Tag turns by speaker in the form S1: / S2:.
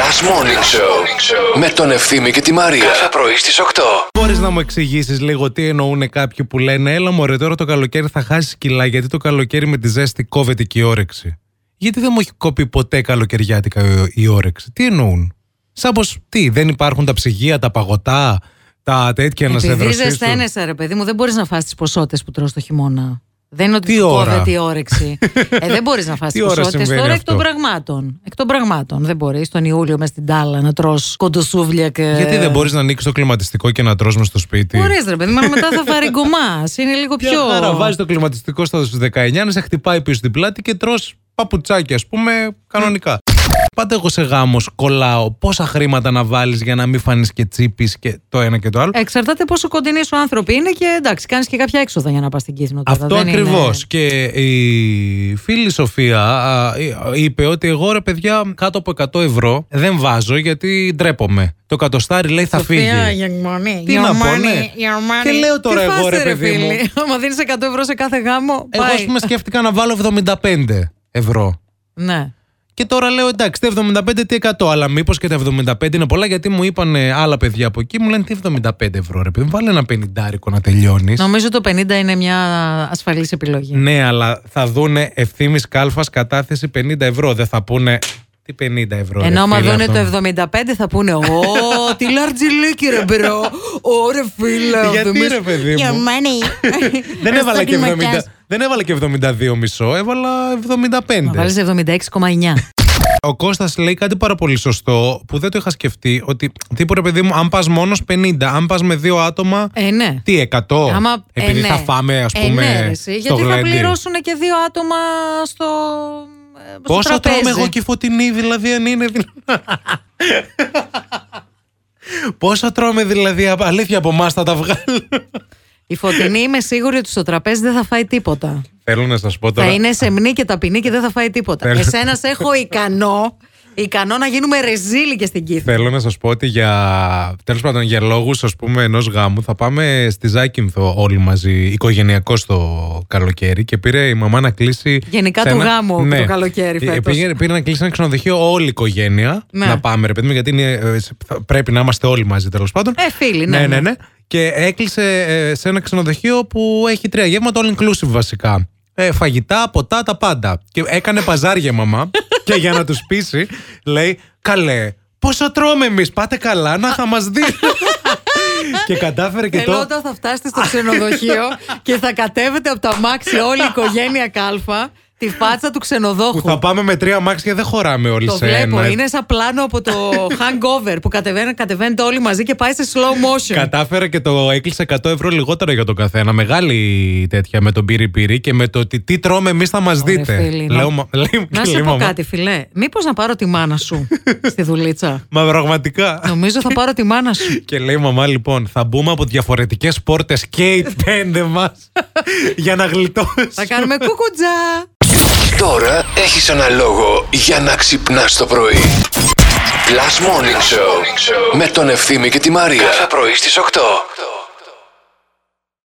S1: Last Morning Show με τον Ευθύμη και τη Μαρία. Κάθε πρωί στις 8.
S2: Μπορείς να μου εξηγήσεις λίγο τι εννοούν κάποιοι που λένε Έλα μου, τώρα το καλοκαίρι θα χάσεις κιλά γιατί το καλοκαίρι με τη ζέστη κόβεται και η όρεξη. Γιατί δεν μου έχει κόπει ποτέ καλοκαιριάτικα η- η όρεξη. Τι εννοούν. Σαν πως τι, δεν υπάρχουν τα ψυγεία, τα παγωτά, τα τέτοια να σε
S3: Επειδή
S2: δροσίσουν.
S3: ζεσταίνεσαι, ρε παιδί μου, δεν μπορείς να φας τις ποσότητε που τρως το χειμώνα. Δεν είναι ότι
S2: Τι
S3: σου
S2: ώρα?
S3: κόβεται η όρεξη. ε, δεν μπορείς να φας
S2: Τι
S3: τι
S2: ώρα
S3: ποσότητες.
S2: συμβαίνει
S3: Τώρα εκ
S2: αυτό?
S3: των πραγμάτων. Εκ των πραγμάτων. Δεν μπορείς τον Ιούλιο μες στην τάλα να τρως κοντοσούβλια και.
S2: Γιατί δεν μπορείς να ανοίξεις το κλιματιστικό και να τρως μες στο σπίτι.
S3: Μπορείς, ρε παιδί μου, αλλά μετά θα φάρει γκομάς. Είναι λίγο
S2: Μια
S3: πιο.
S2: χαρά, βάζεις το κλιματιστικό στα 19, να σε χτυπάει πίσω την πλάτη και τρως παπουτσάκι, ας πούμε, κανονικά. Πάντα εγώ σε γάμος κολλάω πόσα χρήματα να βάλεις για να μην φανείς και τσίπης και το ένα και το άλλο.
S3: Εξαρτάται πόσο κοντινοί σου άνθρωποι είναι και εντάξει, κάνεις και κάποια έξοδα για να πας στην Κίθνο. τώρα.
S2: Αυτό
S3: Δεν είναι-
S2: ακριβώς. Και η φίλη Σοφία α, είπε ότι εγώ ρε παιδιά κάτω από 100 ευρώ δεν βάζω γιατί ντρέπομαι. Το κατοστάρι λέει θα
S3: Σοφία,
S2: φύγει.
S3: your money,
S2: Τι
S3: your
S2: να πω,
S3: money,
S2: ναι.
S3: your money.
S2: Και λέω τώρα
S3: Τι
S2: εγώ,
S3: φάσε,
S2: ρε παιδί μου.
S3: φίλη. Άμα δίνεις 100 ευρώ σε κάθε γάμο.
S2: Εγώ
S3: πάει.
S2: ας πούμε σκέφτηκα να βάλω 75 ευρώ.
S3: Ναι.
S2: Και τώρα λέω εντάξει, τα 75 τι 100, αλλά μήπως και τα 75 είναι πολλά, γιατί μου είπαν ε, άλλα παιδιά από εκεί, μου λένε τι 75 ευρώ, ρε παιδί, μου, βάλε ένα 50 να τελειώνεις.
S3: Νομίζω το 50 είναι μια ασφαλής επιλογή.
S2: Ναι, αλλά θα δούνε ευθύνη κάλφας κατάθεση 50 ευρώ. Δεν θα πούνε τι 50 ευρώ.
S3: Ενώ άμα
S2: φίλε,
S3: δούνε
S2: αυτό είναι».
S3: το 75 θα πούνε Ω, τι λαρτζιλίκι ρε μπρο Ωρε φίλε
S2: Γιατί,
S3: δούμε-
S2: ρε, παιδί μου?
S3: Your money
S2: δεν, έβαλα και 70,
S3: Αστρογλυματιάς.
S2: δεν έβαλα και 72 μισό, έβαλα 75.
S3: Να βάλεις 76,9
S2: Ο Κώστας λέει κάτι πάρα πολύ σωστό που δεν το είχα σκεφτεί. Ότι τύπου ρε παιδί μου, αν πας μόνος 50, αν πας με δύο άτομα.
S3: Ε ναι
S2: Τι, 100.
S3: Άμα- ε,
S2: Επειδή
S3: ναι.
S2: θα φάμε, ας
S3: Ε,
S2: πούμε.
S3: ναι, ρε, εσύ,
S2: στο
S3: Γιατί θα
S2: γλέντι.
S3: πληρώσουν και δύο άτομα στο ε, στο
S2: Πόσο
S3: τραπέζι.
S2: τρώμε εγώ και φωτεινή, δηλαδή, αν είναι. δυνα- Πόσο τρώμε, δηλαδή, α- αλήθεια από εμάς θα τα βγάλω.
S3: Η φωτεινή είμαι σίγουρη ότι στο τραπέζι δεν θα φάει τίποτα
S2: Θέλω να σας πω τώρα.
S3: Θα είναι σεμνή και ταπεινή και δεν θα φάει τίποτα
S2: Θέλω-
S3: Εσένας σε έχω ικανό Ικανό να γίνουμε ρεζίλοι και στην Κίθα
S2: Θέλω να σας πω ότι για, τέλος πάντων, για λόγους ενός γάμου θα πάμε στη Ζάκυνθο όλοι μαζί, οικογενειακό το καλοκαίρι. Και πήρε η μαμά να κλείσει.
S3: Γενικά
S2: σε
S3: του γάμου το καλοκαίρι
S2: Ε,
S3: φέτος.
S2: Πήγε, πήρε να κλείσει ένα ξενοδοχείο όλη η οικογένεια.
S3: Ναι.
S2: Να πάμε, ρε παιδί μου, γιατί είναι, ε, σε- θα- πρέπει να είμαστε όλοι μαζί τέλος πάντων.
S3: Ε, φίλοι, ναι,
S2: ναι, ναι,
S3: ναι.
S2: ναι. Και έκλεισε ε, σε ένα ξενοδοχείο που έχει τρία γεύματα, all inclusive βασικά. Ε, φαγητά, ποτά, τα πάντα. Και έκανε παζάρια η μαμά. και για να τους πείσει, λέει: Καλέ, πόσο τρώμε εμείς, πάτε καλά, να θα μας δείτε. και κατάφερε Ναι, και
S3: Θέλω
S2: το.
S3: όταν θα φτάσετε στο ξενοδοχείο και θα κατέβετε από τα μάξι όλη η οικογένεια Κάλφα τη φάτσα του ξενοδόχου.
S2: Που θα πάμε με τρία μάξια, δεν χωράμε όλοι
S3: Το
S2: σε
S3: βλέπω,
S2: ένα.
S3: είναι σαν πλάνο από το hangover που κατεβαίνε- κατεβαίνετε όλοι μαζί και πάει σε slow motion.
S2: Κατάφερε και το έκλεισε 100 ευρώ λιγότερο για τον καθένα. Μεγάλη τέτοια με τον πύρι πύρι και με το ότι τι τρώμε εμείς θα μας
S3: Ωραία,
S2: δείτε.
S3: φίλοι, να-
S2: Λέω, μα- λέει-
S3: Να
S2: λέει
S3: σε
S2: η
S3: πω
S2: μαμά,
S3: κάτι, φιλέ. Μήπως να πάρω τη μάνα σου στη δουλίτσα.
S2: Μα πραγματικά.
S3: Νομίζω θα πάρω τη μάνα σου.
S2: Και λέει η μαμά, λοιπόν, θα μπούμε από διαφορετικές πόρτες και οι πέντε μας για να γλιτώσουμε.
S3: Θα κάνουμε κουκουτζά.
S1: Τώρα έχεις ένα λόγο για να ξυπνάς το πρωί. Last Morning Show με τον Ευθύμη και τη Μαρία. Κάθε πρωί στις 8.